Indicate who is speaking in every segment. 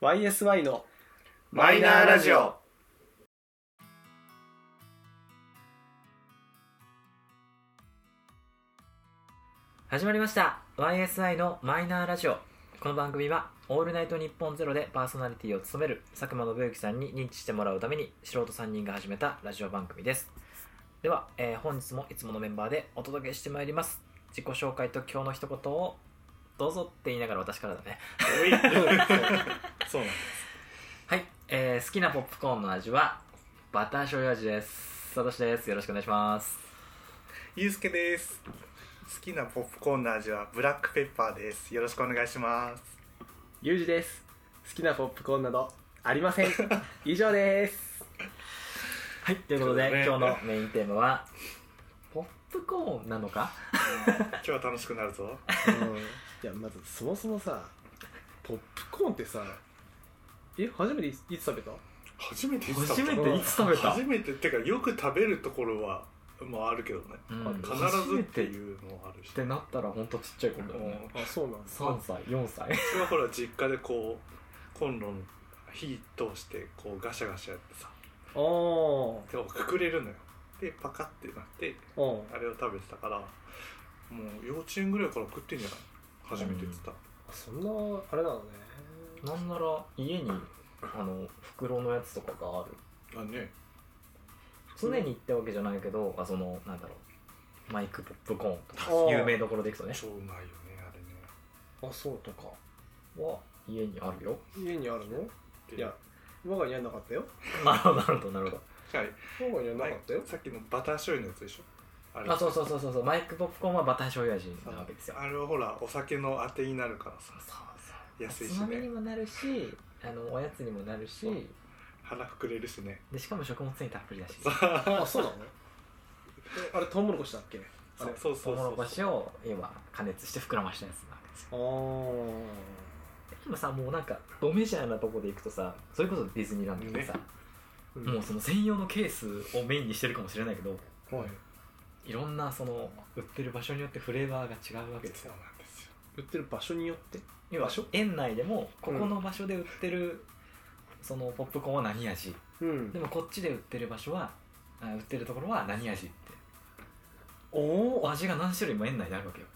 Speaker 1: YSY の
Speaker 2: マイナーラジオ。
Speaker 3: 始まりました YSI のマイナーラジオこの番組は「オールナイトニッポンゼロでパーソナリティを務める佐久間信之さんに認知してもらうために素人3人が始めたラジオ番組ですでは、えー本日もいつものメンバーでお届けしてまいります自己紹介と今日の一言をどうぞって言いながら私からだね
Speaker 1: そうなんで
Speaker 3: はい、えー好きなポップコーンの味はバター醤油味ですサトシですよろしくお願いします
Speaker 2: ゆうすけです。好きなポップコーンの味はブラックペッパーです。よろしくお願いします。
Speaker 1: ゆうじです好きなポップコーンなどありま せん以上です
Speaker 3: はい、ということで、
Speaker 2: というこ
Speaker 3: 今
Speaker 2: とでね
Speaker 3: 日のメインテーマはポップコーンなのか
Speaker 2: 今日は楽しくなるぞ。
Speaker 1: いやまずそもそもさポップコーンってさえ初めていついつ食べた
Speaker 2: 初めていつ
Speaker 3: 初
Speaker 2: 食べ
Speaker 3: め
Speaker 2: た
Speaker 3: ていつ食べた
Speaker 2: 初めてってかよく食べるところはまああるけどね。
Speaker 3: うん
Speaker 2: 必ずっていうのはあるし
Speaker 3: っ。てなったらほんとちっちゃい頃だよね
Speaker 2: うん
Speaker 1: あそうなんです
Speaker 3: 3歳4歳
Speaker 2: 私はほら実家でこうコンロの火通してこうガシャガシャやってさ、
Speaker 1: あー
Speaker 2: 手をくくれるのよ。でパカってなって
Speaker 1: うん
Speaker 2: あれを食べてたから、もう幼稚園ぐらいから食ってんじゃない。初めてっつった。
Speaker 1: そんなあれなのね
Speaker 3: なんなら家にあの袋のやつとかがある
Speaker 2: あね。
Speaker 3: 常にってわけじゃないけどあそのなんだろうマイクポップコーンとか
Speaker 1: あー
Speaker 3: 有名どころでいくとね
Speaker 2: 超うまいよねあれね
Speaker 1: あそうとか
Speaker 3: は家にあるよ
Speaker 1: 家にあるの
Speaker 2: で
Speaker 1: いや我が家なかったよ
Speaker 3: なるほどなるほどなるほ
Speaker 2: はい
Speaker 1: 我が家なかったよ
Speaker 2: さっきのバター醤油のやつでしょあ
Speaker 3: どあそうそうそうそうそうマイクポップコーンはバター醤油味なわけですよ
Speaker 2: あれはほらお酒のあてになるからさ
Speaker 3: そうそう
Speaker 2: 安いし
Speaker 3: おつまみに
Speaker 2: ね
Speaker 3: もなるしあのおやつにもなるし
Speaker 2: そう腹膨れるしね
Speaker 3: でしかも食物繊維たっぷりだし
Speaker 2: そう
Speaker 1: あそうなのえあれトウモロコシだっけあ
Speaker 2: そ
Speaker 1: れ
Speaker 2: うそう
Speaker 3: ト
Speaker 2: そう
Speaker 3: ウモロ
Speaker 2: そ
Speaker 3: コ
Speaker 2: う
Speaker 3: シを今加熱して膨らましたやつなわけですよ
Speaker 1: あー
Speaker 3: 今さもうなんかドメジャーなとこで行くとさそれこそディズニーランドとかさ、
Speaker 1: うん
Speaker 3: もうその専用のケースをメインにしてるかもしれないけど
Speaker 1: はい、
Speaker 3: いろんなその売ってる場所によってフレーバーが違うわけです
Speaker 2: そう
Speaker 3: よ
Speaker 2: なんですよ
Speaker 1: 売ってる場所によって
Speaker 3: 要は
Speaker 1: 場所
Speaker 3: 園内でもここの場所で売ってるそのポップコーンは何味
Speaker 1: うん
Speaker 3: でもこっちで売ってる場所はあ売ってるところは何味って
Speaker 1: おお
Speaker 3: 味が何種類も園内にあるわけよ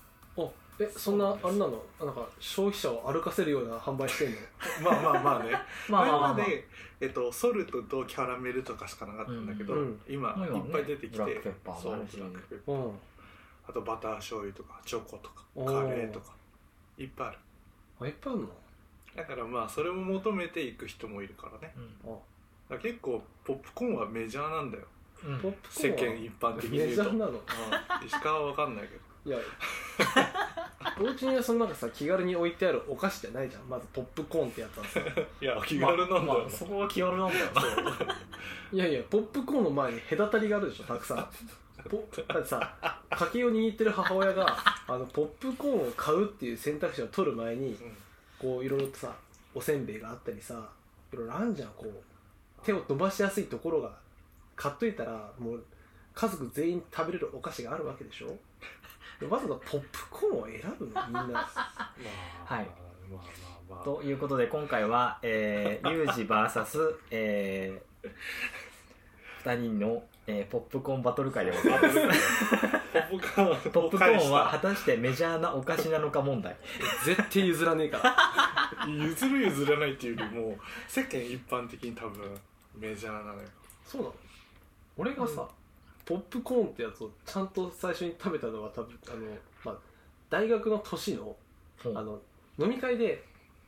Speaker 1: あえそんなあれなのあなんか消費者を歩かせるような販売してんの
Speaker 2: まあまあまあね
Speaker 3: まあまあまあまあ
Speaker 2: 前まで、えっと、ソルトとキャラメルとかしかなかったんだけど、
Speaker 1: うん
Speaker 2: 今
Speaker 3: もう今
Speaker 2: い
Speaker 3: ね
Speaker 2: っぱい出てきて、
Speaker 3: ブラックペッパー
Speaker 2: そうブラ
Speaker 3: もある
Speaker 2: ッ
Speaker 3: し
Speaker 2: クペッパー
Speaker 1: うん
Speaker 2: あとバター醤油とかチョコとか
Speaker 1: お
Speaker 2: カ
Speaker 1: ー
Speaker 2: レーとかいっぱいある
Speaker 1: あいっぱいあるの
Speaker 2: だからまあそれも求めていく人もいるからね
Speaker 3: うん
Speaker 1: あ
Speaker 2: だから結構ポップコーンはメジャーなんだよ
Speaker 3: うん
Speaker 1: ポップコー
Speaker 2: 世
Speaker 1: ンは
Speaker 2: 間一般的に
Speaker 1: メ
Speaker 2: 言
Speaker 1: ジ
Speaker 2: う
Speaker 1: ャ
Speaker 2: と
Speaker 1: ーなの
Speaker 2: うん石川は分かんないけど
Speaker 1: い やお家にはそのなんかさ気軽に置いてあるお菓子じゃないじゃんまずポップコーンってやつはさ
Speaker 2: いや気軽なんだよ、
Speaker 3: まあまあそこは気軽なんだよな
Speaker 1: いやいやポップコーンの前に隔たりがあるでしょたくさんポだって さ家計を握ってる母親があのポップコーンを買うっていう選択肢を取る前にこういろいろとさおせんべいがあったりさいろいろあんじゃんこう手を伸ばしやすいところが買っといたらもう家族全員食べれるお菓子があるわけでしょでわざわざポップコーンを選ぶのみんな
Speaker 3: はい
Speaker 2: まあまあまあ
Speaker 3: ということで今回は、えー、ユージ VS、えー、2人の、えーポップコーンバトル会 でございます
Speaker 2: ポップコーン
Speaker 3: ポップコーンは果たしてメジャーなお菓子なのか問題
Speaker 1: 絶対譲らねえから
Speaker 2: 譲る譲らないっていうよりも世間一般的に多分メジャーなのよ
Speaker 1: そうなの俺がさ、
Speaker 3: うん
Speaker 1: ポップコーンってやつをちゃんと最初に食べたのは多分あの、まあ、大学の年の
Speaker 3: うん
Speaker 1: あの飲み会で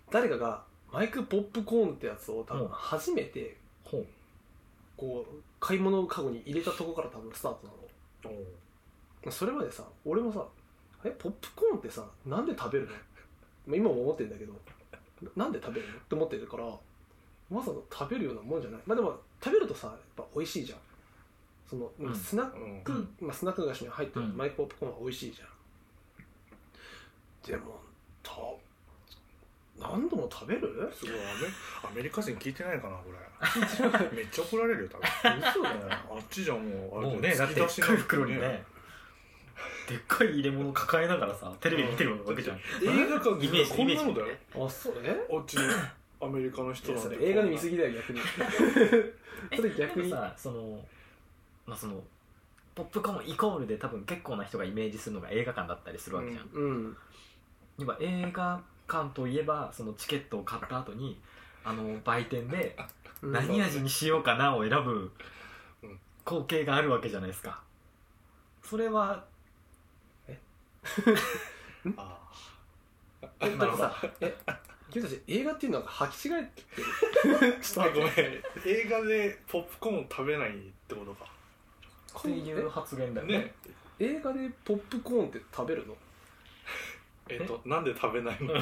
Speaker 1: 誰かがマイクポップコーンってやつを多
Speaker 3: う
Speaker 1: 分
Speaker 3: ん
Speaker 1: 初めて
Speaker 3: ほう
Speaker 1: こう買い物カゴに入れたとこから多分スタートなのそれまでさ俺もさえポップコーンってさなんで食べるの まあ今も思ってるんだけどななんで食べるのって思ってるからわざわざ食べるようなもんじゃないまあでも食べるとさやっぱ美味しいじゃんその、
Speaker 3: うん
Speaker 1: スナッ
Speaker 2: うん
Speaker 1: ク、まあ、スナック菓子に入ってる
Speaker 3: うん
Speaker 1: マイクポップコーンは美味しいじゃん、でもた何度も食べる
Speaker 2: すごいアメアメリカ人聞いてないかな これめっちゃ怒られるよ多分
Speaker 1: 嘘 だよ
Speaker 2: あっちじゃもうあ
Speaker 3: も
Speaker 2: れ
Speaker 3: うねだってでっ
Speaker 2: 突き出し
Speaker 3: かい袋にね
Speaker 2: ね
Speaker 3: でっかい入れ物抱えながらさテレビ見てるわけじゃん
Speaker 2: 映画館で
Speaker 3: イメージ
Speaker 2: こんなのだ
Speaker 3: イメージ
Speaker 2: よ
Speaker 1: あそうえ
Speaker 2: あっちのアメリカの人
Speaker 1: いや
Speaker 2: な
Speaker 1: そ
Speaker 2: んで
Speaker 1: れ映画の見過ぎだよ逆にそれ逆に
Speaker 3: でもさそのまあそのポップコーンイコールで多分結構な人がイメージするのが映画館だったりするわけじゃん、
Speaker 1: うん
Speaker 3: 要は映画館といえばそのチケットを買った後にあの売店で
Speaker 1: うん
Speaker 3: 何味にしようかなを選ぶ
Speaker 2: うん
Speaker 3: 光景があるわけじゃないですかそれは
Speaker 2: あ
Speaker 1: え
Speaker 3: な
Speaker 1: だから
Speaker 3: るほど
Speaker 1: さえ君たち映画っていうのは履き違えて
Speaker 2: ーちょっとごめん映画でポップコーンを食べないってことか
Speaker 3: っていう発言だよね
Speaker 2: ね
Speaker 1: 映画でポップコーンって食べるの
Speaker 2: えっとなんで食べないの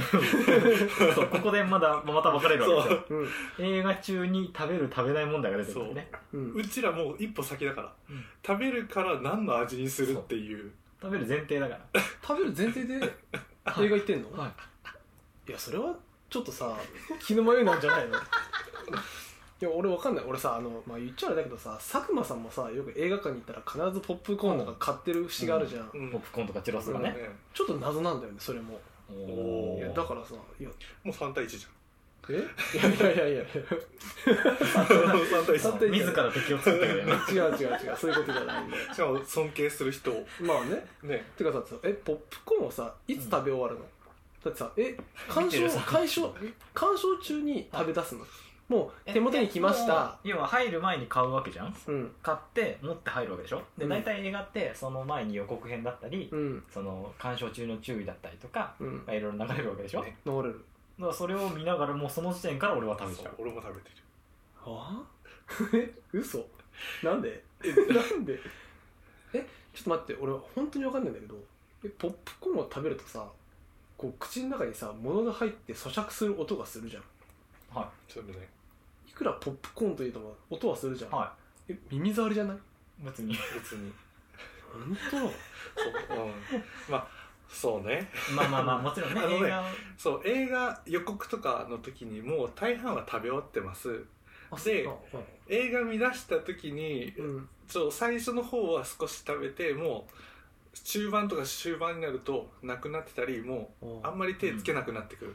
Speaker 3: そうここでまだまた分かれるわけですよ
Speaker 1: うん
Speaker 3: 映画中に食べる食べない問題が出てくるんだよね
Speaker 1: うん
Speaker 2: うちらもう一歩先だから
Speaker 3: うん
Speaker 2: 食べるから何の味にするっていう
Speaker 3: 食べる前提だから
Speaker 1: 食べる前提で映画行ってんの
Speaker 3: はい
Speaker 1: いやそれはちょっとさ気の迷いなんじゃないのいや俺わかんない俺さあの、まあ、言っちゃあれだけどさ佐久間さんもさよく映画館に行ったら必ずポップコーンなんか買ってる節があるじゃん、
Speaker 2: うん
Speaker 3: ポップコーンとかチュロスと
Speaker 1: そ
Speaker 3: か
Speaker 1: う
Speaker 3: ね
Speaker 1: ちょっと謎なんだよねそれも
Speaker 2: お
Speaker 1: いや
Speaker 2: ー
Speaker 1: だからさいや
Speaker 2: もう3対1じ
Speaker 1: えいやいやいやいや
Speaker 2: ゃん 3対
Speaker 1: 三
Speaker 2: 1
Speaker 1: 対一
Speaker 3: 自ら敵を作ってくれるよね
Speaker 1: 違う違う違うそういうことじゃないんだよ
Speaker 2: しかも尊敬する人を
Speaker 1: まあね
Speaker 2: ね
Speaker 1: てかさえポップコーンをさいつ食べ終わるの、だってさえ鑑
Speaker 3: 見てる
Speaker 1: 賞
Speaker 3: さ
Speaker 1: 鑑賞鑑賞中に食べ出すのもう 手元に来ました
Speaker 3: 要は入る前に買うわけじゃん
Speaker 1: うん
Speaker 3: 買って持って入るわけでしょで
Speaker 1: うん
Speaker 3: 大体映画ってその前に予告編だったり
Speaker 1: うん
Speaker 3: その鑑賞中の注意だったりとか
Speaker 1: うん
Speaker 3: まあいろいろ流れるわけでしょだ
Speaker 2: ね
Speaker 1: 流れる
Speaker 3: からそれを見ながらもうその時点から俺は食べちゃう
Speaker 2: そう俺も食べてる
Speaker 1: はあえ嘘なんでなんでえちょっと待って俺本当に分かんないんだけどえポップコーンを食べるとさこう口の中にさ物が入って咀嚼する音がするじゃん
Speaker 3: は
Speaker 2: それね
Speaker 1: いくらポップコーンといえども音はするじゃん、
Speaker 3: いは
Speaker 1: え耳障りじゃない
Speaker 3: い別に
Speaker 2: 別に
Speaker 1: 本当
Speaker 2: そううんまあそうね
Speaker 3: まあまあまあもちろんね
Speaker 2: あのね
Speaker 3: 映画を
Speaker 2: そう映画予告とかの時にもう大半は食べ終わってます
Speaker 1: あ
Speaker 2: で
Speaker 1: そう
Speaker 2: 映画見出した時に
Speaker 1: うんうん
Speaker 2: ちょ最初の方は少し食べてもう中盤とか終盤になるとなくなってたりもうあんまり手つけなくなってくる、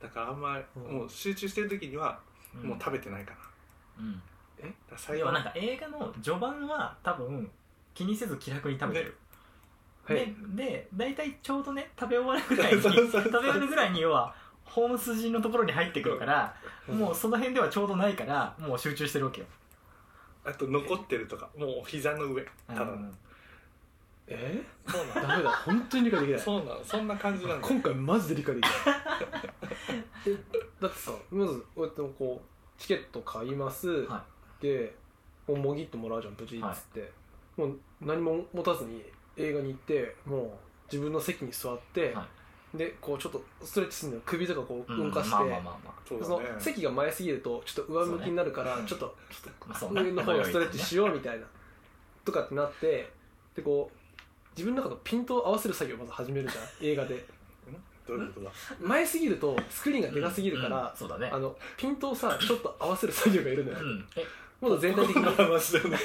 Speaker 2: だからあんまり
Speaker 1: うん
Speaker 2: もう集中してる時にはもう食べてないかな、
Speaker 3: うん
Speaker 2: だから最
Speaker 3: 要
Speaker 2: 後
Speaker 3: はなんか映画の序盤は多分気にせず気楽に食べてる
Speaker 1: はい
Speaker 3: でで大体ちょうどね食べ終わるぐらい に
Speaker 2: そうそう
Speaker 3: 食
Speaker 2: そう
Speaker 3: べ終わるぐらいに要は本筋のところに入ってくるからもうその辺ではちょうどないからもう集中してるわけよ
Speaker 2: あと残ってるとかもう膝の上ただ
Speaker 3: う
Speaker 2: の
Speaker 3: ん
Speaker 1: え
Speaker 2: そうな
Speaker 1: ダメだ本当に理解できない
Speaker 2: のそうなのそんな感じなんだ
Speaker 1: 今回マジで理解できないえ だってさまずこうやってこうチケット買います、
Speaker 3: は
Speaker 1: でもうもぎってもらうじゃんブチッつって、もう何も持たずに映画に行ってもう自分の席に座って、
Speaker 3: は
Speaker 1: でこうちょっとストレッチするのよ首とかこう
Speaker 3: うん
Speaker 1: 動かして、
Speaker 3: まあまあまあま
Speaker 2: そう
Speaker 1: その
Speaker 2: だね
Speaker 1: 席が前すぎるとちょっと上向きになるから、
Speaker 2: そうね
Speaker 1: ちょっと
Speaker 3: あまあそうね
Speaker 1: 上の方をストレッチしようみたいなとかってなってでこう自分の中のピントを合わせる作業をまず始めるじゃん映画で
Speaker 2: どういうことだ
Speaker 1: 前すぎるとスクリーンがでかすぎるか
Speaker 3: うんう
Speaker 1: ら
Speaker 3: ん、そうだね
Speaker 1: あのピントをさちょっと合わせる作業がいるのよ
Speaker 3: うん え
Speaker 1: もっと全体的
Speaker 2: こんな
Speaker 1: に
Speaker 2: 話だね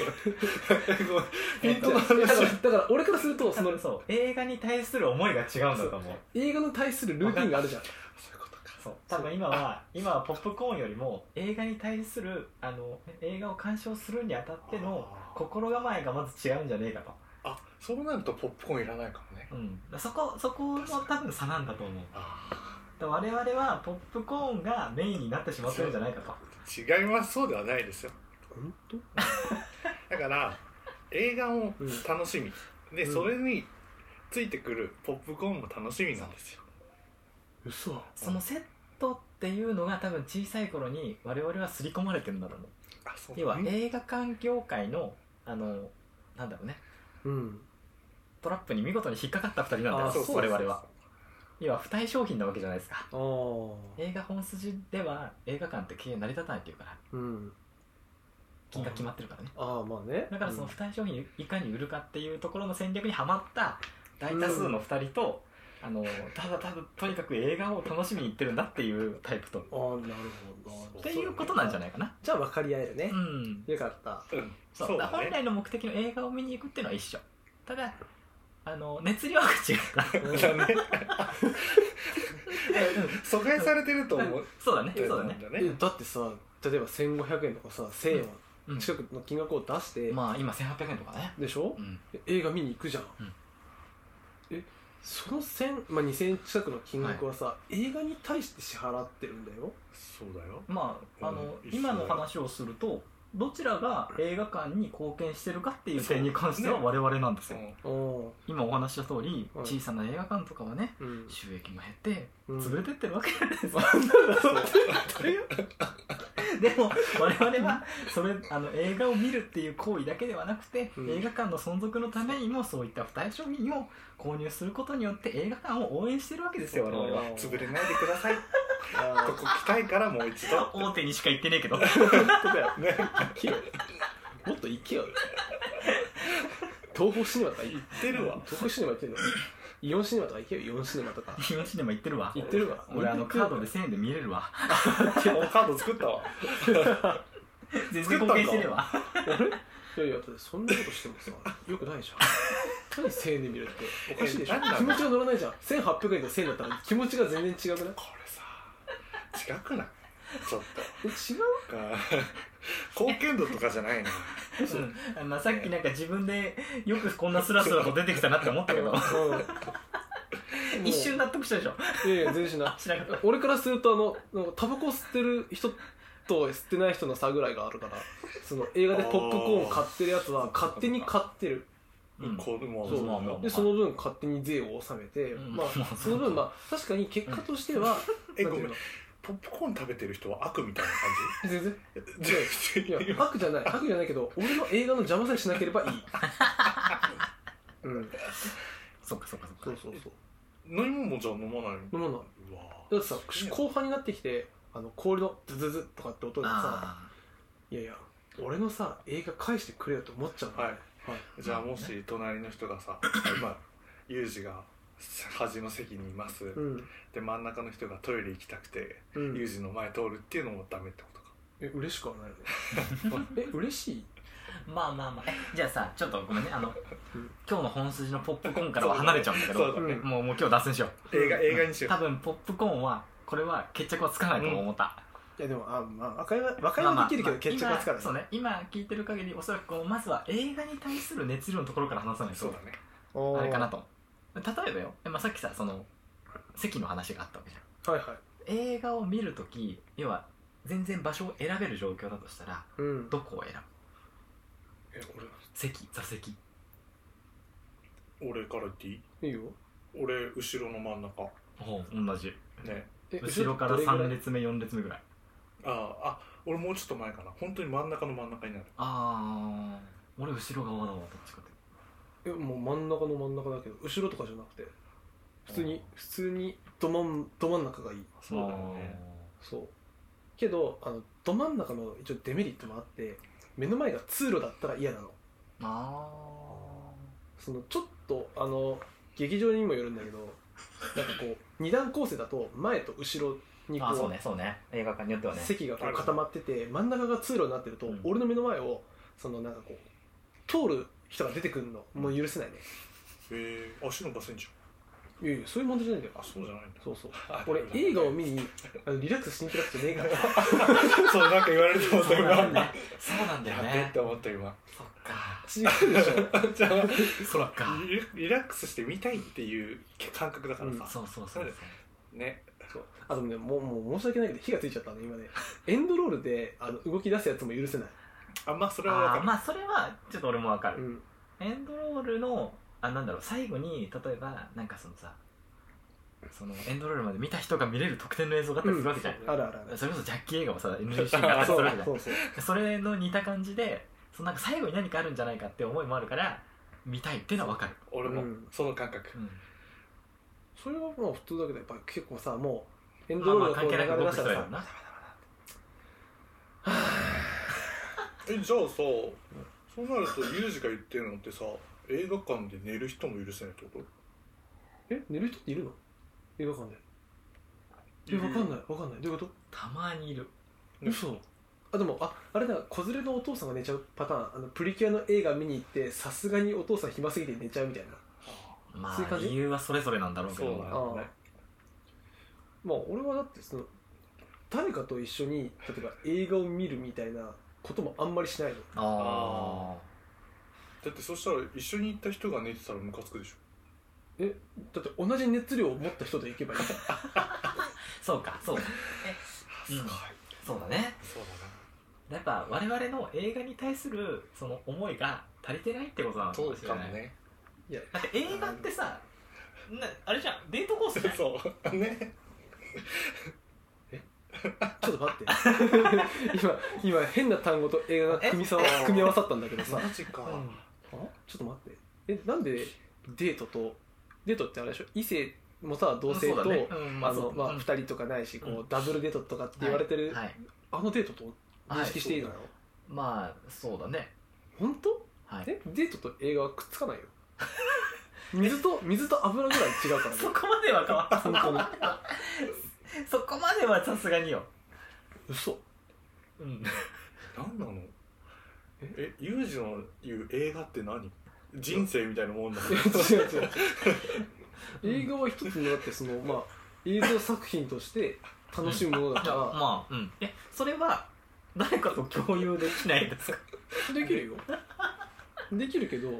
Speaker 2: ごめ んピントの
Speaker 1: だから
Speaker 2: 話
Speaker 1: だから俺からするとそ
Speaker 3: 多
Speaker 1: の
Speaker 3: 分そう映画に対する思いが違うんだと思う
Speaker 1: 映画の対するルーティンがあるじゃん
Speaker 2: そういうことか
Speaker 3: そう多分今は今はポップコーンよりも映画に対するあの映画を鑑賞するにあたっての
Speaker 2: あー
Speaker 3: 心構えがまず違うんじゃねえかと、
Speaker 2: あそうなるとポップコーンいらないかもね
Speaker 3: うん、そこそこも多分差なんだと思う
Speaker 2: あ
Speaker 3: だ我々はポップコーンがメインになってしまってるんじゃないかと
Speaker 2: 違いますそうではないですよ
Speaker 1: 本当
Speaker 2: だから映画も
Speaker 1: うん
Speaker 2: 楽しみ、で
Speaker 1: うん
Speaker 2: それについてくるポップコーンも楽しみなんですよ
Speaker 1: 嘘
Speaker 3: そのセットっていうのが多分小さい頃に我々は刷り込まれてるんだと思う
Speaker 2: あそう
Speaker 3: 要は
Speaker 2: ん
Speaker 3: 映画館業界のあのなんだろうね
Speaker 1: うん
Speaker 3: トラップに見事に引っかかった2人なん
Speaker 1: あ
Speaker 3: だ
Speaker 1: そ
Speaker 3: よ
Speaker 1: うそう
Speaker 3: 我々は要は付帯商品なわけじゃないですか
Speaker 1: ああ
Speaker 3: 映画本筋では映画館って経営成り立たないっていうから
Speaker 1: うん
Speaker 3: 金額決まってるからね
Speaker 1: ああまあね
Speaker 3: だからその
Speaker 1: うん
Speaker 3: 二人商品いかに売るかっていうところの戦略にはまった大多数の二人と、あのただただとにかく映画を楽しみに行ってるんだっていうタイプとっ
Speaker 1: ああなるほど
Speaker 2: そう
Speaker 1: な
Speaker 3: ていうことなんじゃないかな
Speaker 1: じゃあ分かり合えるね
Speaker 3: うん
Speaker 1: よかった
Speaker 2: うん
Speaker 3: そう
Speaker 2: そう
Speaker 3: だ
Speaker 2: だ
Speaker 3: から本
Speaker 2: ね
Speaker 3: 来の目的の映画を見に行くっていうのは一緒ただあの熱量が違うから
Speaker 1: うん
Speaker 2: だね疎外されてると思う
Speaker 3: そうだねそうだね
Speaker 2: だ
Speaker 1: えだってさ例えば1500円とかさ1000円
Speaker 3: うん
Speaker 1: は近くの金額を出して、
Speaker 3: まあ今1800円とかね
Speaker 1: でしょ
Speaker 3: うん
Speaker 1: 映画見に行くじゃん、
Speaker 3: うん
Speaker 1: えその1000、まあ、2000円近くの金額はさ、映画に対して支払ってるんだよ
Speaker 2: そうだよ
Speaker 3: まああの
Speaker 2: うん
Speaker 3: 今の話をするとどちらが映画館に貢献してるかっていう点に関しては
Speaker 2: そう
Speaker 3: 我々なんですよ、
Speaker 1: お
Speaker 3: 今お話しした通り
Speaker 1: はい
Speaker 3: 小さな映画館とかはね
Speaker 1: ーうん
Speaker 3: 収益も減って
Speaker 1: うん
Speaker 3: 潰れてってるわけじゃない ですか、
Speaker 2: そう
Speaker 3: でも我々はそれあの映画を見るっていう行為だけではなくて、
Speaker 1: うん
Speaker 3: 映画館の存続のためにもそういった付帯商品を購入することによって映画館を応援してるわけですよ我々は
Speaker 1: あー
Speaker 2: 潰れないでくださいこ
Speaker 1: あ
Speaker 2: こ来たいからもう一度
Speaker 3: 大手にしか言ってねえけど
Speaker 1: ーだよ
Speaker 2: ね
Speaker 1: 行けよもっと行けよ東宝シネマとか行
Speaker 2: 言
Speaker 1: っ
Speaker 2: って
Speaker 1: て
Speaker 2: る
Speaker 1: る
Speaker 2: わ
Speaker 1: わ東宝シネマ行ってるのイオンシネマとか行けよイオンシネマとか
Speaker 3: 日本シネマ行ってるわ
Speaker 1: 行ってるわ
Speaker 3: 俺あのカードで1000円で見れるわ
Speaker 2: おカード作ったわ
Speaker 3: 全然
Speaker 2: 作ったん
Speaker 3: 貢
Speaker 2: か
Speaker 3: 献してねえわ
Speaker 1: いやいやだってそんなことしてもさよくないじゃん何1000円で見るっておかしいでしょ
Speaker 2: えなんなの
Speaker 1: 気持ちが乗らないじゃん1800円と1000円だったら気持ちが全然違くない
Speaker 2: これさ違くないちょっ
Speaker 1: え違う
Speaker 2: とか貢献度とかじゃないな
Speaker 3: うんまあ、さっきなんか自分でよくこんなスラスラと出てきたなって思ったけ ど
Speaker 1: うん
Speaker 3: 一瞬納得したでしょ
Speaker 1: いやいや全然しな
Speaker 3: しなかった
Speaker 1: い俺からするとあのなんかタバコ吸ってる人と吸ってない人の差ぐらいがあるからその映画でポップコーンを買ってるやつは勝手に買ってる
Speaker 3: うん
Speaker 2: こうも
Speaker 1: そう
Speaker 3: まあまあまあ
Speaker 1: でその分勝手に税を納めて、
Speaker 3: うん
Speaker 1: まあ
Speaker 3: まあ
Speaker 1: その分まあ確かに結果としては、
Speaker 2: え
Speaker 1: なん
Speaker 2: ご
Speaker 1: てい
Speaker 2: め
Speaker 1: うんの
Speaker 2: ポップコーン食べてる人は悪みたいな
Speaker 1: 全然
Speaker 2: 感じ
Speaker 1: いや悪じゃない悪じゃないけど俺の映画の邪魔さえしなければいいうん
Speaker 3: そうかそうかそ
Speaker 1: そうう
Speaker 3: か
Speaker 1: そうそう
Speaker 2: 飲み物もじゃあ飲まないの
Speaker 1: 飲まないう
Speaker 2: わ
Speaker 1: だってさ
Speaker 2: すげえ
Speaker 1: 後半になってきてあの氷のズズズとかって音がさ
Speaker 3: あ
Speaker 1: いやいや俺のさ映画返してくれよと思っちゃうの
Speaker 2: はい
Speaker 1: はい
Speaker 2: じゃあもし隣の人がさ今ユージが端の席にいます、
Speaker 1: うん
Speaker 2: で真ん中の人がトイレ行きたくて、
Speaker 1: う
Speaker 2: ユ
Speaker 1: ん
Speaker 2: ージの前通るっていうのもダメってことか
Speaker 1: え嬉しくはないよねえ嬉しい
Speaker 3: ーまあまあまあえじゃあ さちょっとごめん ねあの
Speaker 1: うん
Speaker 3: 今日の本筋のポップコーンからは離れちゃうんだけ
Speaker 2: そう
Speaker 3: ど
Speaker 2: だね、
Speaker 1: うん
Speaker 3: もうもう今日脱線しよう
Speaker 2: 映画映画にしよ
Speaker 3: 多分ポップコーンはこれは決着はつかないと思った、
Speaker 1: いやでもあまあ和解は和解はできるけど決着はつかない
Speaker 3: 今そうね今聞いてる限りおそらくこうまずは映画に対する熱量のところから話さな
Speaker 2: う
Speaker 3: い
Speaker 2: そう
Speaker 3: と
Speaker 2: だね
Speaker 1: おー
Speaker 3: あれかなと例えばよ、まあ、さっきさその席の話があったわけじゃん
Speaker 1: はいはい
Speaker 3: 映画を見るとき要は全然場所を選べる状況だとしたら
Speaker 1: うん
Speaker 3: どこを選ぶ
Speaker 1: え
Speaker 3: 席座席
Speaker 2: 俺から言っていい
Speaker 1: 俺いいよ
Speaker 2: 俺後ろの真ん中
Speaker 3: ほう同じ
Speaker 2: ね
Speaker 1: え
Speaker 3: 後ろか
Speaker 1: ど
Speaker 3: ら
Speaker 1: れぐい
Speaker 3: 3列目4列目ぐらい
Speaker 2: あああ俺もうちょっと前かな本当に真ん中の真ん中になる
Speaker 3: あー俺後ろ側だわどっちかって
Speaker 1: えもう真ん中の真ん中だけど後ろとかじゃなくて普通に普通にど真んど真ん中がいい
Speaker 2: そうだよね
Speaker 1: そうけどあのど真ん中の一応デメリットもあって目の前が通路だったら嫌なの
Speaker 3: あーあ
Speaker 1: そのちょっとあの劇場にもよるんだけどなんかこう二段構成だと前と後ろに
Speaker 3: ー
Speaker 1: こ
Speaker 3: あーそううねそうね映画館によってはね
Speaker 1: 席がこう固まってて真ん中が通路になってると、
Speaker 3: うん
Speaker 1: 俺の目の前をそのなんかこう通る人が出てくるのもう許せないね
Speaker 2: へえ足伸ばせんじ
Speaker 1: いやいやそういう問題じゃないんだよ
Speaker 2: ゃんあそうじゃないんだ
Speaker 1: そうそう
Speaker 2: あ
Speaker 1: 俺映画を
Speaker 2: 見
Speaker 1: 見にあのリラックスしに行くわけじゃねえから
Speaker 2: そうなんか言われても
Speaker 3: そうなん
Speaker 2: 今
Speaker 3: だよそうなんだ
Speaker 2: や
Speaker 3: よ
Speaker 2: べえっ
Speaker 3: ね
Speaker 2: て思った今
Speaker 3: そっか
Speaker 1: 違うでしょ
Speaker 2: じゃあ
Speaker 3: そっか
Speaker 2: リラリラックスして見たいっていう感覚だからさ、
Speaker 3: そうそうそうそう
Speaker 2: ね
Speaker 1: そうあとねもうもう申し訳ないけど火がついちゃったね今ねエンドロールであの動き出すやつも許せない、
Speaker 2: あんまあそれは分
Speaker 3: あー
Speaker 2: かる
Speaker 3: まあそれはちょっと俺もわか
Speaker 1: う
Speaker 3: る
Speaker 1: ん、
Speaker 3: エンドロールのあなんだろう最後に例えばなんかそのさそのエンドロールまで見た人が見れる特典の映像があったりするわけじゃん、
Speaker 1: あるあるある
Speaker 3: それこそジャッキー映画もさ NG シーンがあったりす
Speaker 1: そ
Speaker 3: る
Speaker 1: う
Speaker 3: わけじゃん
Speaker 1: そうそう
Speaker 3: それの似た感じでそのなんか最後に何かあるんじゃないかって思いもあるから見たいっていうのはわかる、
Speaker 2: 俺も
Speaker 1: うん
Speaker 2: その感覚、
Speaker 3: うん
Speaker 1: それはまあ普通だけどやっぱり結構さもうエンドロールがこう流れ出したらさ、
Speaker 3: まあまあ
Speaker 2: えじゃあさそうなるとユージが言ってるのってさ映画館で寝る人も許せないってこ
Speaker 1: え寝る人っているの映画館でえ
Speaker 2: と
Speaker 1: わかん
Speaker 2: い
Speaker 1: ないわかんないどういうこと
Speaker 3: たまにいる
Speaker 2: うん
Speaker 1: 嘘あでもああれだ子連れのお父さんが寝ちゃうパターンあのプリキュアの映画見に行ってさすがにお父さん暇すぎて寝ちゃうみたいな
Speaker 3: ま
Speaker 1: そういう
Speaker 3: あ
Speaker 1: 感じ
Speaker 3: 理由はそれぞれなんだろうけ
Speaker 2: そう
Speaker 3: ど
Speaker 2: なんだよね
Speaker 1: まあ俺はだってその誰かと一緒に例えば映画を見るみたいなこともあんまりしないの
Speaker 3: あ
Speaker 2: だってそしたら一緒に行った人が寝てたらムカつくでしょ
Speaker 1: だって同じ熱量を持った人と行けばいいじゃん
Speaker 3: あそうか そうかえ
Speaker 2: すごい、
Speaker 3: うんそうだね
Speaker 2: そう
Speaker 3: やっぱ我々の映画に対するその思いが足りてないってことな
Speaker 2: だ
Speaker 3: の
Speaker 2: な
Speaker 3: かもしれない
Speaker 2: ね
Speaker 3: だって映画ってさなあれじゃんデートコースじゃん
Speaker 2: そうね
Speaker 1: ちょっと待って 今今変な単語と映画が組みさわ
Speaker 2: え
Speaker 1: 組み合わさったんだけどさあ
Speaker 2: ジか
Speaker 3: うん
Speaker 1: ちょっと待ってえなんでデートとデートってあれでしょ異性もさ同性と、
Speaker 3: そうだねうんま
Speaker 1: あ
Speaker 3: あそ
Speaker 1: の
Speaker 3: う
Speaker 1: ま
Speaker 3: う
Speaker 1: あ、
Speaker 3: ん
Speaker 1: 2人とかないし、こ
Speaker 3: う
Speaker 1: うダブルデートとかって言われてる、
Speaker 3: はいはい
Speaker 1: あのデートと認識していいのよ、
Speaker 3: まあそうだね
Speaker 1: 本当
Speaker 3: はい
Speaker 1: えデートと映画はくっつかないよ 水と水と油ぐらい違うからね
Speaker 3: そこまでは変わ
Speaker 1: 本当に
Speaker 3: そこまではさすがによ
Speaker 1: 嘘
Speaker 3: うん
Speaker 2: 何なの
Speaker 1: え
Speaker 2: えユージの言う映画って何人生みたいなもんだ
Speaker 1: いや違う違う映画は一つになってそのまあ映像作品として楽しむものだ
Speaker 3: じゃあ
Speaker 1: か
Speaker 3: まあうんえそれは誰かと共有できないですか
Speaker 1: らできるよできるけど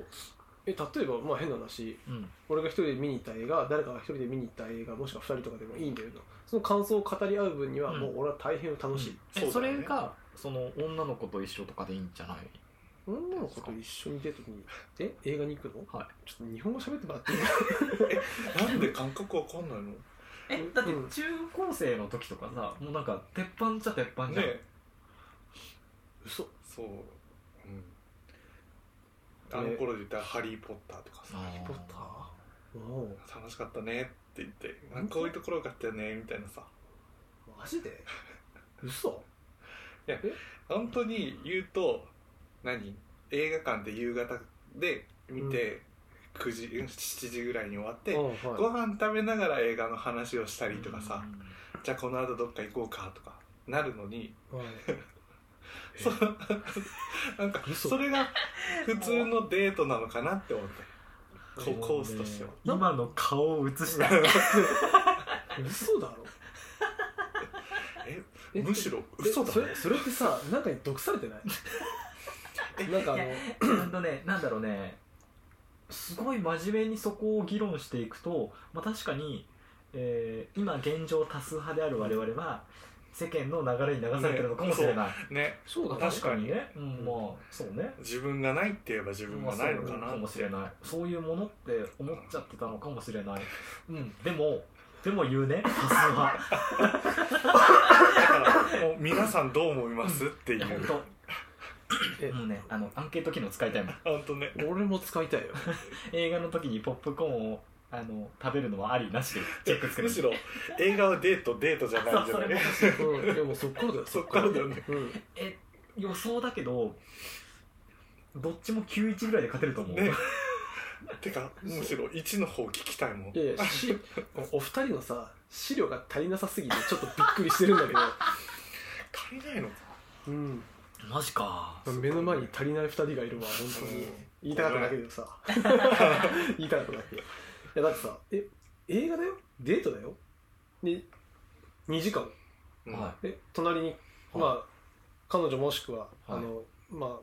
Speaker 1: え例えばまあ変な話
Speaker 3: うん
Speaker 1: 俺が一人で見に行った映画誰かが一人で見に行った映画もしくは二人とかでもいいんだけどその感想を語り合う分には
Speaker 3: うん
Speaker 1: もう俺は大変楽しい、
Speaker 3: え
Speaker 2: そ
Speaker 3: そう
Speaker 2: だよね
Speaker 3: れがその女の子と一緒とかでいいんじゃない
Speaker 1: 女の子と一緒にデートにえ映画に行くの、
Speaker 3: はい
Speaker 1: ちょっと日本語喋ってもらっていい
Speaker 2: なんで感覚わかんないの
Speaker 3: えだって中高生の時とかさもうなんか鉄板じゃ鉄板じゃん、
Speaker 2: ね
Speaker 1: 嘘
Speaker 2: そう、うん、あの頃で言ったら「ハリー・ポッター」とかさ
Speaker 3: あー
Speaker 1: ポッターおう
Speaker 2: 楽しかったねって言ってなんかこういうところがあったよねみたいなさ
Speaker 1: マジ で嘘
Speaker 2: 本当に言うと何映画館で夕方で見て、9時うん7時ぐらいに終わって、
Speaker 1: うんはい
Speaker 2: ご飯食べながら映画の話をしたりとかさ、
Speaker 3: うん
Speaker 2: じゃあこの後どっか行こうかとかなるのに、
Speaker 1: はい
Speaker 2: そ なんか
Speaker 1: 嘘
Speaker 2: それが普通のデートなのかなって思ってこうコースとしては。
Speaker 3: 今の顔を映したい
Speaker 1: 嘘だろ
Speaker 2: え
Speaker 1: え
Speaker 2: むしろ
Speaker 1: え
Speaker 2: 嘘だ
Speaker 1: そ
Speaker 2: ね
Speaker 1: れそれってさなんかに毒されてないなんかあの
Speaker 3: いや うんとねなんだろうねすごい真面目にそこを議論していくと、まあ、確かに、えー今現状多数派である我々は世間の流れに流されてるのかもしれない、
Speaker 2: ね
Speaker 1: そうだ
Speaker 2: ね
Speaker 1: ね
Speaker 2: 確かに
Speaker 3: ね、うん、まあそうね
Speaker 2: 自分がないって言えば自分がないのか
Speaker 3: まあ
Speaker 2: な
Speaker 3: そうもしれないそういうものって思っちゃってたのかもしれないうんでもでも言うね多数派
Speaker 2: だからもう皆さんどう思いますってい
Speaker 3: いや本
Speaker 2: う
Speaker 3: 当
Speaker 1: え
Speaker 3: もうねあのアンケート機能使いたいもん
Speaker 2: 本当ね
Speaker 1: 俺も使い たいよ
Speaker 3: 映画の時にポップコーンをあの食べるのはありなしでチェックつけ
Speaker 2: む
Speaker 3: る
Speaker 2: しろ映画はデートデートじゃないんじゃない
Speaker 3: あ
Speaker 1: うんでもそっからだよ
Speaker 2: そっからだよね
Speaker 1: うん
Speaker 3: え予想だけどどっちも91ぐらいで勝てると思う、
Speaker 2: ねてかむしろ1の方聞きたいもん
Speaker 1: いやい やしお二人のさ資料が足りなさすぎてちょっとびっくりしてるんだけど、
Speaker 2: 足りないのか
Speaker 1: うん、
Speaker 3: マジか
Speaker 1: 目の前に足りない二人がいるわ本当に言いたかっただけでさ 言いたかっただけいやだってさえ映画だよデートだよで2時間
Speaker 2: うん
Speaker 3: は
Speaker 1: で隣に、まあ彼女もしくは、あのま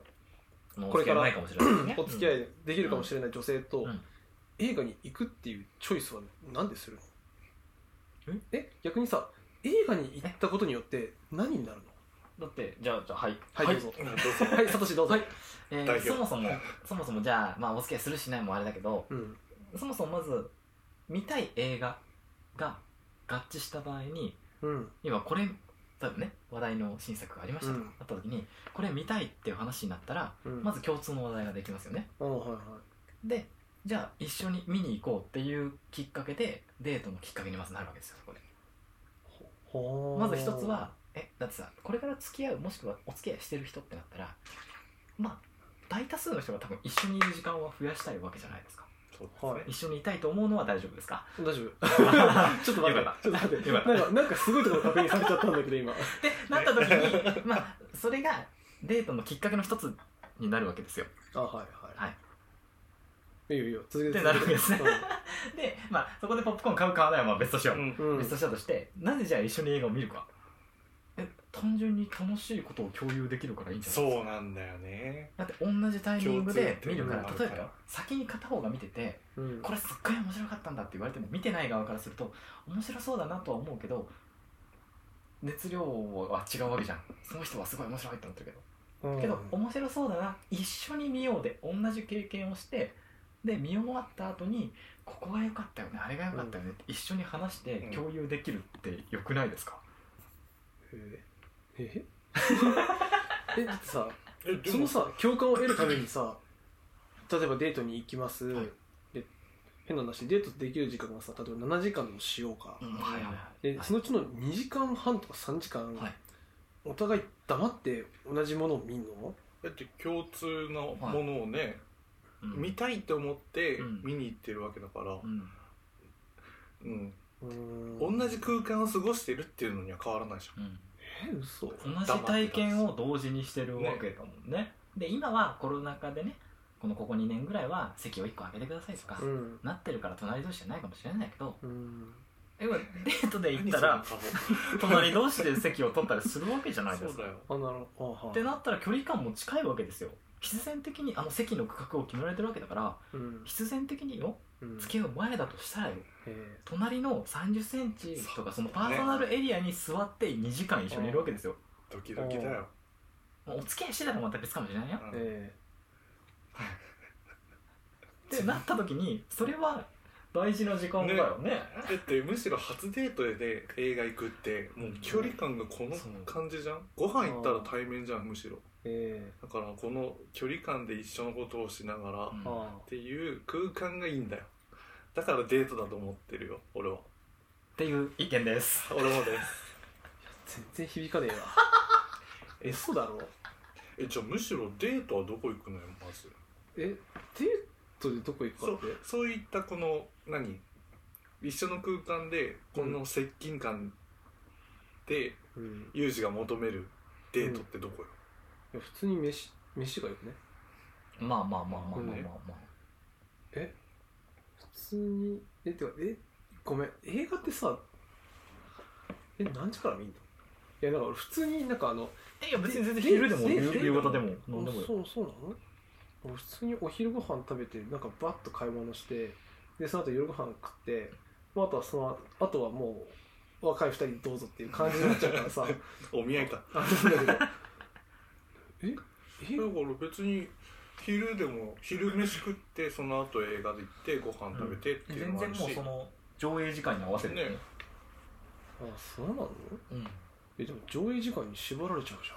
Speaker 3: いもう
Speaker 1: これから
Speaker 3: お付き合いないかもしれない、
Speaker 1: あ
Speaker 3: ね、
Speaker 1: お付き合
Speaker 3: い、
Speaker 1: いできるかもしれない女性と、
Speaker 3: うん
Speaker 1: 映画に行くっていうチョイスは何でするの
Speaker 3: え
Speaker 1: え逆にさ映画に行ったことによって何になる
Speaker 3: だってじゃあじゃあはい
Speaker 1: のはいどうぞ
Speaker 2: うんどうぞ
Speaker 1: はいサトシどうぞ、
Speaker 3: はいえー
Speaker 2: 代表
Speaker 3: そもそもそもそもじゃあ、まあ、お付き合いするしないもあれだけど
Speaker 1: うん
Speaker 3: そもそもまず見たい映画が合致した場合に
Speaker 1: うん
Speaker 3: 今これ多分ね話題の新作がありましたと
Speaker 1: うん
Speaker 3: かあった時にこれ見たいっていう話になったら
Speaker 1: うん
Speaker 3: まず共通の話題ができますよね
Speaker 1: うんはいはい
Speaker 3: でじゃあ一緒に見に行こうっていうきっかけでデートのきっかけにまずなるわけですよそこで
Speaker 1: ほー
Speaker 3: まず一つはえだってさこれから付き合うもしくはお付き合いしてる人ってなったらまあ大多数の人が多分一緒にいる時間は増やしたいわけじゃないですか
Speaker 2: そう
Speaker 1: はい
Speaker 2: ですね
Speaker 3: 一緒にいたいと思うのは大丈夫ですか
Speaker 1: 大丈夫 ちょっと待っ
Speaker 3: よ
Speaker 1: て
Speaker 3: かった
Speaker 1: ちょっと待って
Speaker 3: よか
Speaker 1: な
Speaker 3: っ
Speaker 1: ん
Speaker 3: た
Speaker 1: かなんかすごいところ確認されちゃったんだけど 今
Speaker 3: ってなった時にまあそれがデートのきっかけの一つになるわけですよ
Speaker 1: あはいはい、
Speaker 3: はい
Speaker 1: いいよいいよ続け
Speaker 3: ってなるわけですね
Speaker 1: うん
Speaker 3: で、まあ、そこでポップコーン買う買わないはまあ別としよう、
Speaker 1: うん
Speaker 3: 別としたとしてなぜじゃあ一緒に映画を見るかえ単純に楽しいことを共有できるからいいんじゃない
Speaker 2: そうなんだよね
Speaker 3: だって同じタイミングで見るから
Speaker 2: 共通点があるか
Speaker 3: 例え
Speaker 2: ら
Speaker 3: ばよ先に片方が見てて
Speaker 1: うん
Speaker 3: これすっごい面白かったんだって言われても見てない側からすると面白そうだなとは思うけど熱量は違うわけじゃんその人はすごい面白いって思ってるけど
Speaker 1: うん
Speaker 3: けど面白そうだな一緒に見ようで同じ経験をしてで見終わった後にここが良かったよねあれが良かったよねって一緒に話して
Speaker 2: うん
Speaker 3: 共有できるって良くないですか、
Speaker 1: え ええだってさ
Speaker 2: えで
Speaker 1: そ
Speaker 2: も
Speaker 1: のさ共感を得るためにさ例えばデートに行きます、
Speaker 3: はい
Speaker 1: で変な話デートできる時間がさ例えば7時間としようか、
Speaker 3: うんはいはい
Speaker 1: で
Speaker 3: はい
Speaker 1: そのうちの2時間半とか3時間、
Speaker 3: はい
Speaker 1: お互い黙って同じものを見んの
Speaker 2: だって共通のものをね、
Speaker 3: うん
Speaker 2: 見たいと思って
Speaker 3: うん
Speaker 2: 見に行ってるわけだから、
Speaker 3: うん
Speaker 2: うん
Speaker 1: うーん
Speaker 2: 同じ空間を過ごしてるっていうのには変わらないじ
Speaker 3: うん
Speaker 1: え嘘
Speaker 3: 同じ体験を同時にしてるわけだもんねで今はコロナ禍でねこのここ2年ぐらいは席を1個空けてくださいとか、
Speaker 1: うん
Speaker 3: なってるから隣同士じゃないかもしれないけど
Speaker 1: うん
Speaker 3: でもデートで
Speaker 2: ゃん
Speaker 3: 行ったら
Speaker 2: 何その
Speaker 3: 隣同士で席を取ったりするわけじゃな
Speaker 2: 顔
Speaker 3: いで
Speaker 2: そう
Speaker 3: すか
Speaker 2: だよ
Speaker 1: あなるほど
Speaker 3: っ
Speaker 1: って
Speaker 3: なったら距離感も近いわけですよ必然的にあの席の区画を決められてるわけだから
Speaker 1: うん
Speaker 3: 必然的によ
Speaker 1: うん
Speaker 3: 付き合う前だとしたらよ
Speaker 1: え
Speaker 3: 隣の3 0センチとかそのパーソナルエリアに座って2時間一緒にいるわけですよ、
Speaker 2: ドキドキだよ、
Speaker 3: まあお付き合いしてたらまた別かもしれないよ
Speaker 1: ー
Speaker 2: うん
Speaker 1: え
Speaker 3: ってなった時にそれは大事な時間だよね
Speaker 2: だってむしろ初デートで映画行くってもう距離感がこの感じじゃんご飯行ったら対面じゃんむしろ
Speaker 1: ー、え
Speaker 2: だからこの距離感で一緒のことをしながらっ
Speaker 3: うん
Speaker 1: ー、あ
Speaker 2: ていう空間がいいんだよだからデートだと思ってるよ俺は
Speaker 3: っていう意見です
Speaker 2: 俺もです
Speaker 1: あ全然響かねえわえ嘘だろ
Speaker 2: えじゃあむしろデートはどこ行くのよまず
Speaker 1: えデートでどこ行くか
Speaker 2: そ
Speaker 1: っ
Speaker 2: う
Speaker 1: て
Speaker 2: そういったこの何一緒の空間でこの接近感で
Speaker 1: うん
Speaker 2: ユージが求めるデートってどこよ、
Speaker 1: いや普通に飯飯がよくね
Speaker 3: まあまあまあまあまあまあまあ
Speaker 1: 普通にえてかえごめん映画ってさえ何時から見んのいやなんか俺普通になんかあの
Speaker 3: いや別に全然
Speaker 1: で
Speaker 3: 昼でも
Speaker 1: で
Speaker 3: 夕
Speaker 1: で
Speaker 3: 夕方でも飲んでも
Speaker 1: あ
Speaker 3: よ
Speaker 1: そうそうなの俺普通にお昼ご飯食べてなんかバッと買い物してでその後夜ご飯食って、まあ、あとはそのあとはもう若い二人どうぞっていう感じになっちゃうから さ
Speaker 2: お見合いか
Speaker 1: あなんだけどええ
Speaker 2: だから別に昼でも昼飯食ってその後映画で行ってご飯食べてっていうの
Speaker 3: 全
Speaker 2: もあ
Speaker 3: 然
Speaker 2: るし、
Speaker 3: もうその上映時間に合わせて
Speaker 2: ね
Speaker 1: あそうなの
Speaker 3: うん
Speaker 1: えでも上映時間に縛られちゃうじゃ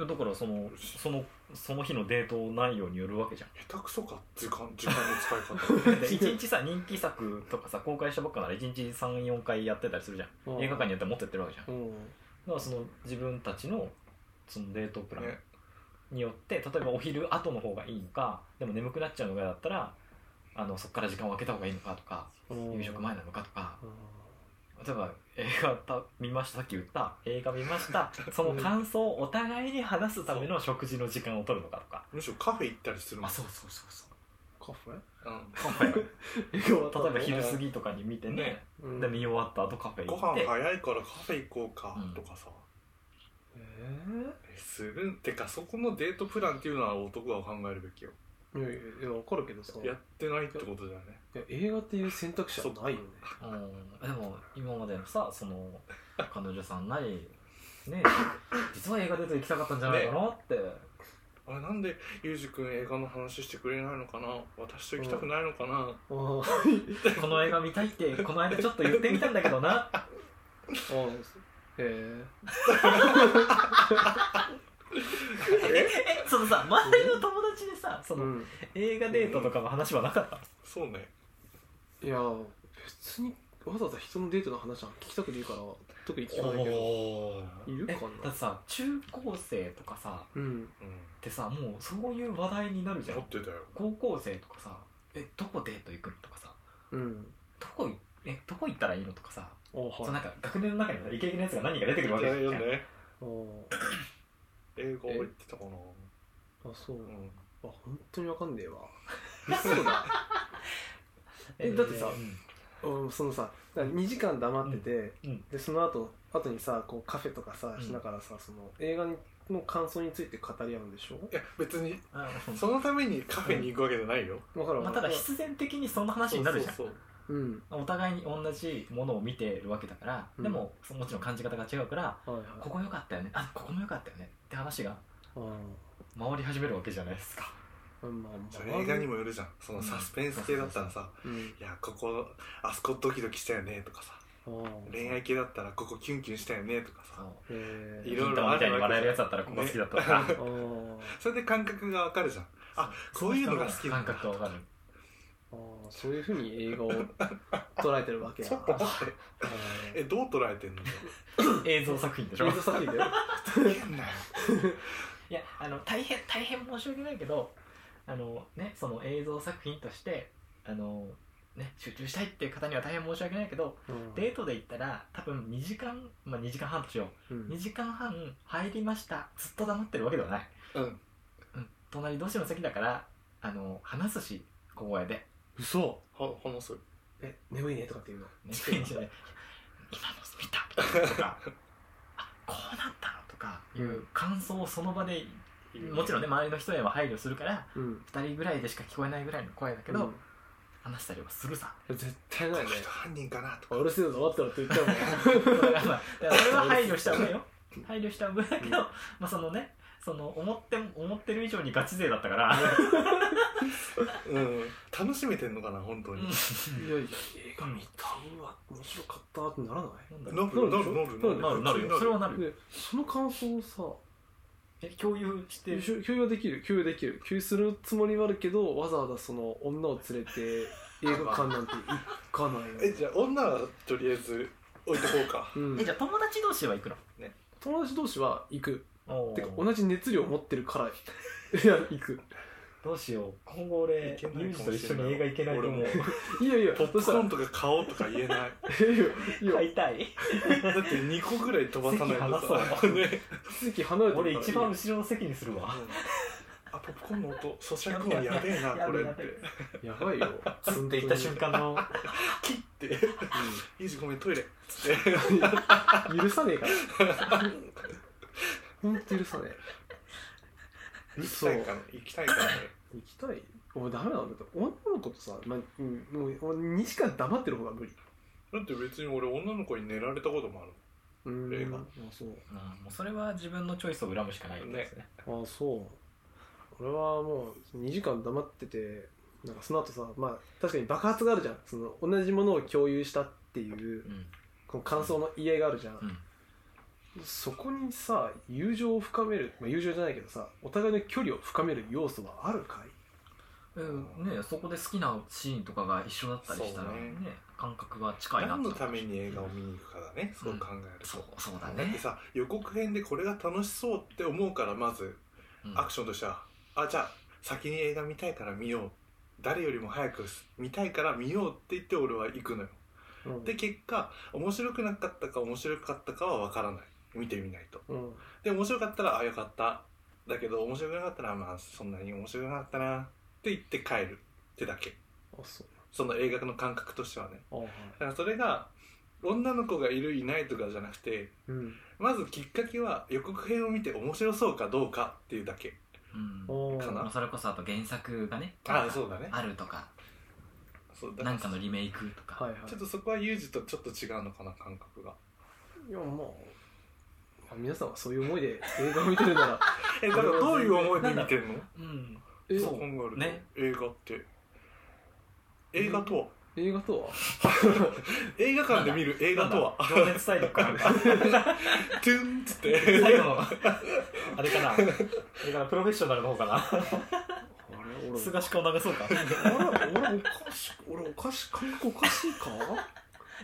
Speaker 1: ん
Speaker 3: いやだからそのそのその日のデート内容によるわけじゃん
Speaker 2: 下手くそか時間時間の使い 方
Speaker 3: で一日さ人気作とかさ公開したばっかなら一日34回やってたりするじゃん映画館によってはもっとやってるわけじゃんだ
Speaker 1: うん
Speaker 3: からその自分たちのそのデートプラン
Speaker 2: ね
Speaker 3: によって例えばお昼後の方がいいのかでも眠くなっちゃうのがだったらあのそこから時間を空けた方がいいのかとか
Speaker 1: うん
Speaker 3: 夕食前なのかとか
Speaker 1: う
Speaker 3: 例えば映画た見ましたさっき言った映画見ま したその感想をお互いに話すための食事の時間を取るのかとか
Speaker 2: むしろカフェ行ったりするもん、
Speaker 3: そうそうそうそうん
Speaker 1: カフェ
Speaker 2: う
Speaker 1: 映画終わった
Speaker 3: 例
Speaker 1: の
Speaker 3: えば昼過ぎとかに見てね
Speaker 2: ね
Speaker 1: うん
Speaker 3: で見終わった後カフェ
Speaker 2: ん、ご
Speaker 3: 行っ
Speaker 2: 飯
Speaker 3: て
Speaker 2: 早いからカフェ行こうか
Speaker 3: うん
Speaker 2: とかさ、
Speaker 1: え
Speaker 2: えするんてかそこのデートプランっていうのは男が考えるべきよ
Speaker 1: ー、いやいやいや分かるけどさいや
Speaker 2: やってないってことだよね
Speaker 1: 映画っていう選択肢はないよね
Speaker 3: うんでも今までのさその彼女さんなりね実は映画デート行きたかったんじゃないかなって、
Speaker 2: あれなんでゆうじくん映画の話してくれないのかな私と行きたくないのかな、
Speaker 1: あーあ
Speaker 3: この映画見たいってこの間ちょっと言ってみたんだけどな
Speaker 1: ーえ
Speaker 3: えそのさ周りの友達でさそ
Speaker 1: ー、
Speaker 3: の、
Speaker 1: うん
Speaker 3: 映画デートとかの話はなかった、
Speaker 2: そうね
Speaker 1: いや別にわざわざ人のデートの話は聞きたくねえから特に聞かないけど
Speaker 2: おー
Speaker 1: いる
Speaker 3: え
Speaker 1: か
Speaker 3: だ
Speaker 1: な
Speaker 3: ってさ中高生とかさ
Speaker 1: うん
Speaker 2: うん
Speaker 3: ってさもうそういう話題になるじゃ
Speaker 2: 持
Speaker 3: ん
Speaker 2: ってたよ
Speaker 3: 高校生とかさえどこデート行くのとかさ
Speaker 1: うん
Speaker 3: どこいえどこ行ったらいいのとかさ
Speaker 1: あ
Speaker 3: そう
Speaker 1: は
Speaker 3: ないんか学年の中にさイケイケのやつが何人か出てくるわけじゃん、
Speaker 2: よね
Speaker 1: あー
Speaker 2: 映画行ってたかな
Speaker 1: あそう
Speaker 2: うん
Speaker 1: あ本当に分かんねえわそうだえ
Speaker 3: ー
Speaker 1: だってさ
Speaker 3: うん
Speaker 1: うんそのさ2時間黙ってて、
Speaker 3: うんうん
Speaker 1: でその後後にさこうカフェとかさ
Speaker 3: うん
Speaker 1: しながらさ、その映画の感想について語り合うんでしょ
Speaker 2: いや別に
Speaker 3: あ
Speaker 2: そのためにカフェに行くわけじゃないよ、
Speaker 1: わかる
Speaker 3: ま
Speaker 1: わ
Speaker 3: あ、
Speaker 1: か
Speaker 3: た
Speaker 1: る、
Speaker 3: だ必然的にそんな話になるじゃん
Speaker 2: そうそう
Speaker 1: うん
Speaker 3: お互いに同じものを見てるわけだから、
Speaker 1: うん
Speaker 3: でもそもちろん感じ方が違うから
Speaker 1: はいはい
Speaker 3: ここ良かったよねあここも良かったよねって話が
Speaker 1: あー
Speaker 3: 回り始めるわけじゃないですか
Speaker 1: うんまあま
Speaker 2: そうそ
Speaker 1: あ
Speaker 2: れ映画にもよるじゃんそのサスペンス系だったらさ、
Speaker 1: うん
Speaker 2: いやここあそこドキドキしたよねとかさ
Speaker 1: あー
Speaker 2: 恋愛系だったらここキュンキュンしたよねとか
Speaker 3: そ
Speaker 2: さ
Speaker 3: う
Speaker 1: えー
Speaker 2: いろい
Speaker 3: 銀玉
Speaker 2: ろあ
Speaker 3: みたい
Speaker 2: る
Speaker 3: に
Speaker 2: わけ
Speaker 3: 笑えるやつだったらここ好きだったとか、
Speaker 1: あー
Speaker 2: それで感覚がわかるじゃんあこういうのが好きな
Speaker 3: 感
Speaker 2: んだ
Speaker 3: 覚がわか る
Speaker 1: あーそういうふうに映画を捉えてるわ けや
Speaker 2: ちょっと待って
Speaker 1: あー
Speaker 2: えどう捉えてんの
Speaker 3: 映像作品でしょ
Speaker 1: 映像作品だよ
Speaker 2: 変なよ
Speaker 3: いやあの大変大変申し訳ないけどあのねその映像作品としてあのね集中したいっていう方には大変申し訳ないけど
Speaker 1: うん
Speaker 3: デートで行ったら多分2時間まあ2時間半としよ
Speaker 1: う
Speaker 3: う2
Speaker 1: ん
Speaker 3: 時間半入りましたずっと黙ってるわけではない、
Speaker 2: うん
Speaker 3: うん、隣同士の席だからあの話すし小声で
Speaker 1: 嘘
Speaker 2: ほほのす
Speaker 1: え眠いねとかって言うの
Speaker 3: ねいいんじゃない 今の見 たとかあこうなったのとかいう感想をその場でもちろんね周りの人へは配慮するから
Speaker 1: うん
Speaker 3: 2人ぐらいでしか聞こえないぐらいの声だけど、話したりはするさ
Speaker 1: うん絶対
Speaker 2: こ
Speaker 1: ない
Speaker 2: の
Speaker 1: ね
Speaker 2: 人犯人かなと
Speaker 1: あ
Speaker 2: か
Speaker 1: うるせえぞ終わったらって言っちゃうもん
Speaker 3: だからまあだからそれは配慮した上よ配慮した上だけど、
Speaker 1: うん
Speaker 3: まあそのねその思って思ってる以上にガチ勢だったから
Speaker 2: うん楽しめてんのかな本 当に
Speaker 1: いやいや、映画見たうわ、面白かったってならな
Speaker 3: なんだろ
Speaker 2: ノブノブノブノ
Speaker 1: う
Speaker 2: ブ
Speaker 3: うなるなるよそれはなる
Speaker 1: い
Speaker 3: よ
Speaker 1: で、その感想をさ、
Speaker 3: え共有して
Speaker 1: 共有共有はできる、共有できる、共有するつもりはあるけど、わざわざその女を連れて映画館なんて行かない
Speaker 2: え
Speaker 1: よ。
Speaker 2: じゃあ女はとりあえず置いとこうか
Speaker 1: うん
Speaker 3: え、じゃあ友達同士は行くの
Speaker 1: 友達同士は行く。
Speaker 3: おー
Speaker 1: てか、同じ熱量を持ってるから、 いや、行く。
Speaker 3: どうしよう今後俺
Speaker 2: いけないか
Speaker 3: ユー
Speaker 2: もしれない
Speaker 3: ジと一緒に映画行けないと思う
Speaker 2: 俺
Speaker 1: いやいや、
Speaker 2: ポップ
Speaker 1: そし
Speaker 2: コ
Speaker 1: たら
Speaker 2: ーンとか買おうとか言えない
Speaker 1: いやいや、
Speaker 3: 買
Speaker 1: いや
Speaker 3: いたい
Speaker 2: だって2個ぐらい飛ばさないと
Speaker 3: 席離
Speaker 2: さ、ね、
Speaker 1: 席離れてる
Speaker 3: 俺
Speaker 1: から
Speaker 3: 一番後ろの席にするわ
Speaker 2: あポップコーンの音咀嚼音やべえな
Speaker 3: や
Speaker 2: こ
Speaker 3: べ
Speaker 2: れっ
Speaker 3: えや
Speaker 2: て
Speaker 3: べえ
Speaker 1: やばいよ。
Speaker 3: 積んでいった瞬 間の
Speaker 2: 切って「いいじごめんトイレ」つって
Speaker 1: うん許さねえから。ほんと許さねえ。
Speaker 2: 行きたいかな行きたいかな
Speaker 1: 行きたい俺ダメなんだけど女の子とさ、まあうん、もう俺2時間黙ってる方が無理
Speaker 2: だって別に俺女の子に寝られたこともある
Speaker 1: うーん
Speaker 2: 映画
Speaker 1: あそう
Speaker 3: うんもうそれは自分のチョイスを恨むしかないよね
Speaker 1: あそう俺はもう2時間黙っててなんかその後さまあ確かに爆発があるじゃんその同じものを共有したっていう
Speaker 3: うん
Speaker 1: この感想の言い合いがあるじゃん、
Speaker 3: うん
Speaker 1: そこにさ友情を深める、まあ、友情じゃないけどさお互いの距離を深める要素はあるかい
Speaker 3: うんね、そこで好きなシーンとかが一緒だったりしたら
Speaker 2: そう
Speaker 3: ね
Speaker 2: ね
Speaker 3: 感覚が近いな
Speaker 2: 何
Speaker 3: と
Speaker 2: のために映画を見に行くかだねそう考えると、
Speaker 3: そうそうだ
Speaker 2: だって
Speaker 3: ね、
Speaker 2: さ予告編でこれが楽しそうって思うからまず
Speaker 3: うん
Speaker 2: アクションとしては、あじゃあ先に映画見たいから見よう誰よりも早く見たいから見ようって言って俺は行くのよ
Speaker 1: うん
Speaker 2: で結果面白くなかったか面白かったかは分からない見てみないと
Speaker 1: うん
Speaker 2: で面白かったらあよかっただけど面白くなかったらまあそんなに面白くなかったなって言って帰るってだけ
Speaker 1: あそう
Speaker 2: その映画の感覚としてはね
Speaker 1: あはい
Speaker 2: だからそれが女の子がいるいないとかじゃなくて
Speaker 1: うん
Speaker 2: まずきっかけは予告編を見て面白そうかどうかっていうだけ
Speaker 3: うん
Speaker 1: おー
Speaker 2: かな
Speaker 3: まあそれこそあと原作がね
Speaker 2: あ
Speaker 3: なんか
Speaker 2: そうだね
Speaker 3: あるとか
Speaker 2: そうだ
Speaker 3: なんかの
Speaker 2: ち
Speaker 3: リメイクとか、
Speaker 1: はいはい
Speaker 2: ょっとそこはユージとちょっと違うのかな感覚が
Speaker 1: いやまあまあ皆さんはそういう思いで映画を見てるなら
Speaker 2: えだからどういう思いで見てんの
Speaker 3: うん
Speaker 1: え
Speaker 2: そう考えると、
Speaker 3: ね
Speaker 2: 映画って映画とは、
Speaker 1: 映画とは
Speaker 2: 映画館で見る映画とは
Speaker 3: なんだ情熱大陸かなんか
Speaker 2: トゥンっつって
Speaker 3: 最後のあれかなあれかなプロフェッショナルの方か
Speaker 1: あれ
Speaker 3: な
Speaker 1: 俺
Speaker 3: すがし顔流そうか
Speaker 1: あれ俺おかし俺おかし感覚おかしいか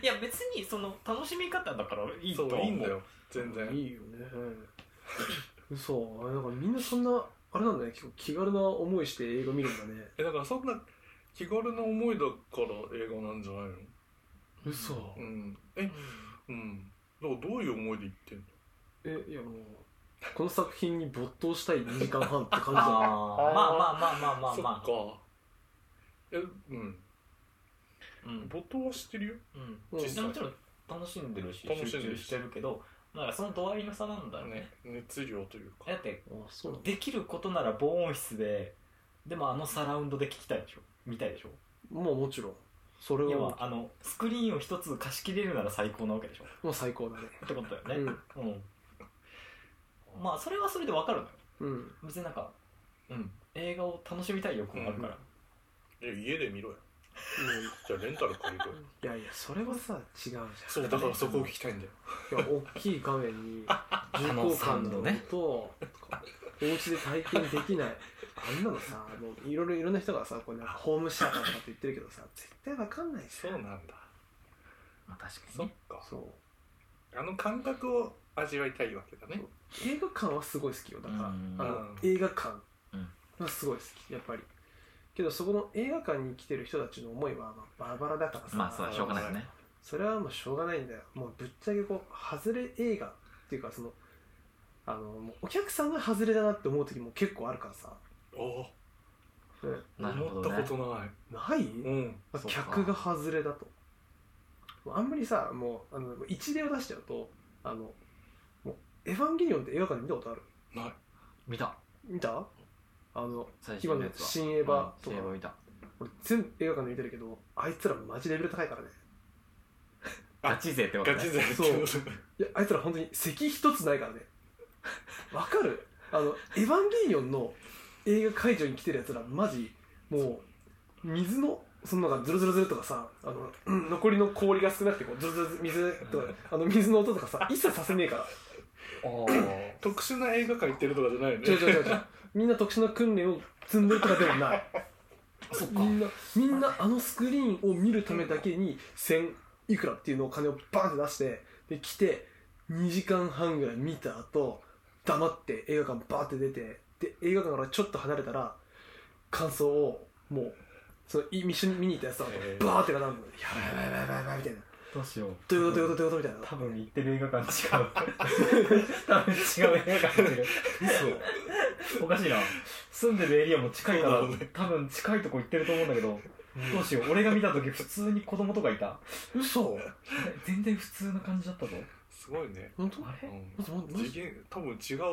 Speaker 3: いや別にその楽しみ方だからいいと
Speaker 2: そ
Speaker 3: 思
Speaker 2: う
Speaker 3: う
Speaker 2: いいんだよ全然
Speaker 1: いいよね嘘あれなんかみんなそんなあれなんだね結構気軽な思いして映画見るんだね
Speaker 2: えだからそんな気軽な思いだから映画なんじゃないの
Speaker 1: 嘘
Speaker 2: うんえうんだからどういう思いで言ってんの
Speaker 1: えいやもうこの作品に没頭したい2時間半って感じだね
Speaker 3: あーまあまあまあまあまあまあ
Speaker 2: そっかえうん
Speaker 3: うん
Speaker 2: 没頭はしてるよ
Speaker 3: うん
Speaker 1: うん
Speaker 3: 実際もちろん楽しんでるし
Speaker 2: 楽し
Speaker 3: 集
Speaker 2: んで
Speaker 3: 中
Speaker 2: るし
Speaker 3: してるけどなんかその度合いの差なんだろうね
Speaker 2: ね熱量というか
Speaker 3: だって
Speaker 1: あそうなんだ
Speaker 3: できることなら防音室ででもあのサラウンドで聞きたいでしょ見たいでしょ
Speaker 1: もうもちろんそれ
Speaker 3: 要
Speaker 1: は
Speaker 3: はあのスクリーンを一つ貸し切れるなら最高なわけでしょ
Speaker 1: もう最高だね
Speaker 3: ってことだよ
Speaker 1: う
Speaker 3: ね
Speaker 1: ん
Speaker 3: うん、まあそれはそれでわかるのよ
Speaker 1: うん
Speaker 3: 別になんか、うん、映画を楽しみたい欲もあるから、
Speaker 2: いや家で見ろよじゃあレンタル借りろよ
Speaker 1: うんいやいやそれはさ違うじゃん
Speaker 2: そうだからそこを聞きたいんだよ
Speaker 1: いや大きい画面に重
Speaker 3: の
Speaker 1: 厚
Speaker 3: サウ
Speaker 1: 感
Speaker 3: ン
Speaker 1: の
Speaker 3: ド
Speaker 1: 音
Speaker 3: ね
Speaker 1: とお家で体験できないあんなのさもういろいろいろんな人がさこうなんかホームシェアとかって言ってるけどさ絶対わかんないです
Speaker 2: そうなんだ
Speaker 3: まあ確か
Speaker 2: そっか
Speaker 1: そう
Speaker 2: あの感覚を味わいたいわけだね
Speaker 1: 映画館はすごい好きよだからあ
Speaker 3: うん
Speaker 1: の
Speaker 2: うん
Speaker 1: 映画館
Speaker 3: うん
Speaker 1: はすごい好きやっぱりけどそこの映画館に来てる人たちの思いはまあバラバラだからさ、
Speaker 3: まあそうだしょうがないよね
Speaker 1: それはもうしょうがないんだよもうぶっちゃけこう外れ映画っていうかそのあのもうお客さんが外れだなって思う時も結構あるからさ、
Speaker 2: おお
Speaker 1: うん
Speaker 3: なる
Speaker 2: 思
Speaker 3: ほ
Speaker 2: っ
Speaker 3: ど
Speaker 2: た
Speaker 3: ね
Speaker 2: ことない
Speaker 1: ない、
Speaker 2: うん
Speaker 1: まあ
Speaker 3: そうか
Speaker 1: 客が外れだとあんまりさもうあの一例を出しちゃうとあのもうエヴァンゲリオンって映画館で見たことある
Speaker 2: ない
Speaker 3: 見た
Speaker 1: 見たあの
Speaker 3: 最新
Speaker 1: 今
Speaker 3: の
Speaker 1: の
Speaker 3: やつは
Speaker 1: 新エヴァ
Speaker 3: う
Speaker 1: と
Speaker 3: ん
Speaker 1: か、
Speaker 3: 新エヴァ見た
Speaker 1: 俺全部映画館で見てるけどあいつらマジレベル高いからね
Speaker 3: ガチ勢ってこと
Speaker 2: ガ
Speaker 3: ね
Speaker 2: チ勢ってこと
Speaker 1: いやあいつら本当に席一つないからねわかるあの「エヴァンゲリオン」の映画会場に来てるやつらマジもう水のそのなんかズルズルズルとかさあの、うん残りの氷が少なくてこうズルズルズル水とかあの水の音とかさ一切させねえから
Speaker 3: おー
Speaker 2: 特殊な映画館行ってるとかじゃないよね
Speaker 1: 違う違う違う違うみんな特殊な訓練を積んでるとかではない
Speaker 3: そっか
Speaker 1: みんなみんなあのスクリーンを見るためだけに1000いくらっていうのを金をバーンって出してで来て2時間半ぐらい見た後黙って映画館バーって出てで映画館からちょっと離れたら感想をもうその一緒に見に行ったやつとか
Speaker 2: へ
Speaker 1: と
Speaker 2: ー
Speaker 1: バーってなるのやばいやばいやばいやばいみたいな
Speaker 3: どうしよう
Speaker 1: どういうことどういうことどういうことみたいな
Speaker 3: 多分行ってる映画館 違う多分違う映画館行ってるおかしいな住んでるエリアも近いから、
Speaker 2: そうだね
Speaker 3: 多分近いとこ行ってると思うんだけどどうしよう俺が見た時普通に子供とかいた
Speaker 1: 嘘
Speaker 3: え全然普通な感じだったぞ
Speaker 2: すごいね
Speaker 1: 本当
Speaker 3: あ
Speaker 2: う
Speaker 3: れ
Speaker 2: ん
Speaker 1: マジマジ
Speaker 2: 次元多分違うわ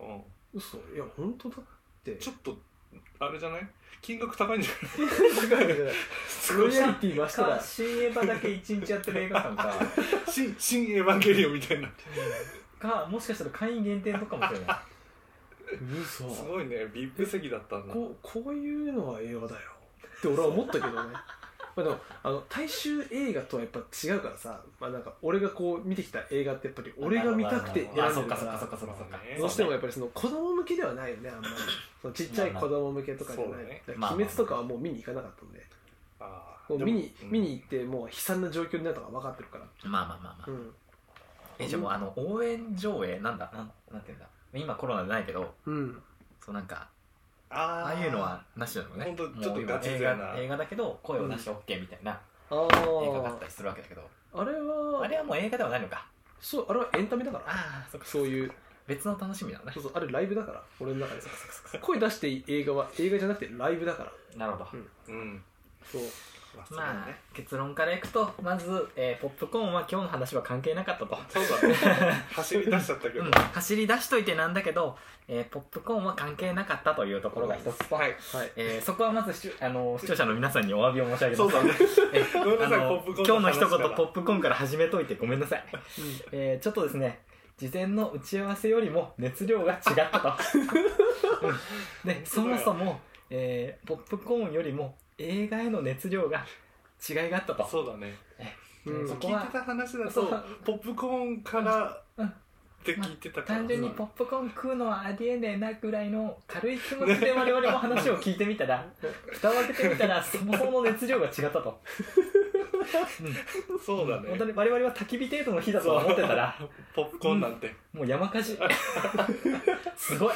Speaker 2: うん
Speaker 1: 嘘いや本当だって
Speaker 2: ちょっとあれじゃない金額高いんじゃな い
Speaker 1: ロイヤリティ増したら
Speaker 3: 新エヴァだけ一日やってる映画館か
Speaker 2: 新 新エヴァンゲリオンみたいな
Speaker 3: かもしかしたら会員限定とかもしれない
Speaker 1: 嘘
Speaker 2: すごいねビップ席だったんだ
Speaker 1: こうこういうのは映画だよって俺は思ったけど ねまあでもあの大衆映画とはやっぱ違うからさ、まあ、なんか俺がこう見てきた映画ってやっぱり俺が見たくて選んで
Speaker 3: あそ
Speaker 1: る
Speaker 3: っ
Speaker 1: か
Speaker 3: かそっからそっかそっかそっか
Speaker 1: どうしてもやっぱりその子供向けではないよねあんまりそのちっちゃい子供向けとかじゃない、
Speaker 2: まあまあそうだね
Speaker 1: だから鬼滅とかはもう見に行かなかったんで
Speaker 2: あー
Speaker 1: もう見に
Speaker 2: でも
Speaker 1: 見に行ってもう悲惨な状況になるとか分かってるから、
Speaker 3: まあまあまあま
Speaker 1: う
Speaker 3: あ、
Speaker 1: ん
Speaker 3: えじゃあもうあの応援上映なんだなんなんていうんだ今コロナでないけど
Speaker 1: うん、
Speaker 3: そうなんか
Speaker 2: あ
Speaker 3: ああ
Speaker 2: ー
Speaker 3: いうのはなしなのね
Speaker 2: ほんと
Speaker 3: もう
Speaker 2: ちょっとガチ勢
Speaker 3: 映
Speaker 2: な
Speaker 3: 画映画だけど声を出して OK みたいな
Speaker 1: あ
Speaker 3: 映画があっ
Speaker 1: ー
Speaker 3: たりするわけだけど、
Speaker 1: あれは
Speaker 3: あれはもう映画ではないのか
Speaker 1: そうあれはエンタメだから
Speaker 3: ああそっか
Speaker 1: そういう
Speaker 3: 別の楽しみなのね
Speaker 1: そうそうあれライブだから俺の中でさ声出していい映画は映画じゃなくてライブだから
Speaker 3: なるほど、
Speaker 1: うん
Speaker 2: うん
Speaker 1: そう
Speaker 2: そうだ
Speaker 3: まあ
Speaker 2: ね
Speaker 3: 結論からいくとまず、えーポップコーンは今日の話は関係なかったと、
Speaker 2: そうだね 走り出しちゃったけ
Speaker 3: う
Speaker 2: ど
Speaker 3: ん、走り出しといてなんだけど、えーポップコーンは関係なかったというところが一つと、
Speaker 1: はい
Speaker 3: えーそこはまず視聴あの視聴者の皆さんにお詫びを申し上げます
Speaker 2: そうだね
Speaker 3: え
Speaker 2: ごめんなさい
Speaker 3: あの
Speaker 2: ポップコ
Speaker 3: 今
Speaker 2: ー
Speaker 3: 日
Speaker 2: ン
Speaker 3: の
Speaker 2: の
Speaker 3: 一
Speaker 2: 話
Speaker 3: 言
Speaker 2: から
Speaker 3: ポップコーンから始めといてごめんなさい、えーちょっとですね事前の打ち合わせよりも熱量が違った とうんでそもそも、えーポップコーンよりも映画への熱量が違いがあったと
Speaker 2: そうだね
Speaker 1: うん
Speaker 3: そこ
Speaker 2: 聞
Speaker 3: はい
Speaker 2: てた話だ
Speaker 3: そ
Speaker 2: と
Speaker 3: う
Speaker 2: ポップコーンから
Speaker 3: うん
Speaker 2: って聞いてたから
Speaker 3: 単純にポップコーン食うのはありえねえなぐらいの軽い気持ちで我々も話を聞いてみた ら蓋を開けてみたらそもそもの熱量が違ったと、
Speaker 2: そうだね
Speaker 3: 本当に我々は焚き火程度の火だとは思ってたら
Speaker 2: ポップコーンなんて
Speaker 3: もう山火 事すごい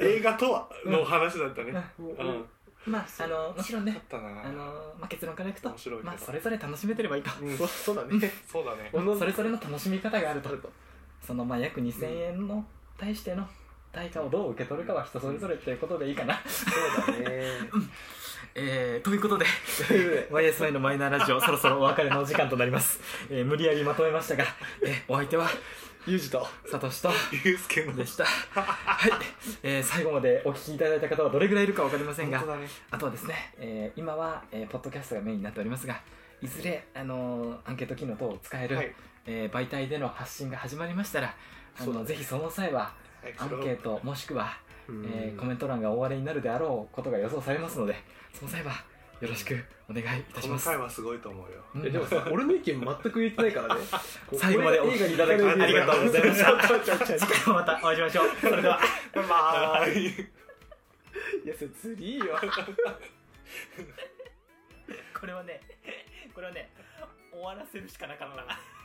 Speaker 2: 映画とはの話だったねう
Speaker 1: うん
Speaker 2: ん
Speaker 3: まああのもちろん
Speaker 2: あ
Speaker 3: ね
Speaker 2: ったな
Speaker 3: あの、まあ、結論からいくと
Speaker 2: 面白いけど
Speaker 3: まあ、それぞれ楽しめてればいいと
Speaker 2: うん
Speaker 1: そうそうだね
Speaker 2: そうだね
Speaker 1: おの
Speaker 3: それぞれの楽しみ方があると
Speaker 1: あると
Speaker 3: そのまあ約2000円の対しての対価をどう受け取るかは人それぞれということでいいかな、
Speaker 1: そうだね
Speaker 3: えーということで
Speaker 1: という
Speaker 3: YSI のマイナーラジ オそろそろお別れのお時間となります、えー無理やりまとめましたが、えーお相手は
Speaker 1: ことでユージと
Speaker 3: サトシと
Speaker 2: ゆうすけの
Speaker 3: でしたはい、えー最後までお聞きいただいた方はどれぐらいいるか分かりませんが
Speaker 2: 本当だね
Speaker 3: あとはですね、えー今は、えーポッドキャストがメインになっておりますがいずれ、あのーアンケート機能等を使える、
Speaker 2: はい
Speaker 3: えー媒体での発信が始まりましたらあ
Speaker 1: そうだ
Speaker 3: の、
Speaker 1: ね
Speaker 3: ぜひその際は
Speaker 2: はい
Speaker 3: アンケートもしくは、えーコ
Speaker 1: ん
Speaker 3: メント欄が大荒れになるであろうことが予想されますのでその際はよろしくお願いいた
Speaker 2: こ
Speaker 3: しま
Speaker 2: の
Speaker 3: す
Speaker 2: 回はすごいと思うよ
Speaker 3: うん
Speaker 1: えでもさ俺の意見全く言ってないからね
Speaker 3: 最後までお聞きいただきありがとうございました次回もまたお会いしましょうそれでは
Speaker 2: バイ バ ーイ
Speaker 1: いやそれずりーよ
Speaker 3: これはねこれはね終わらせるしかなかった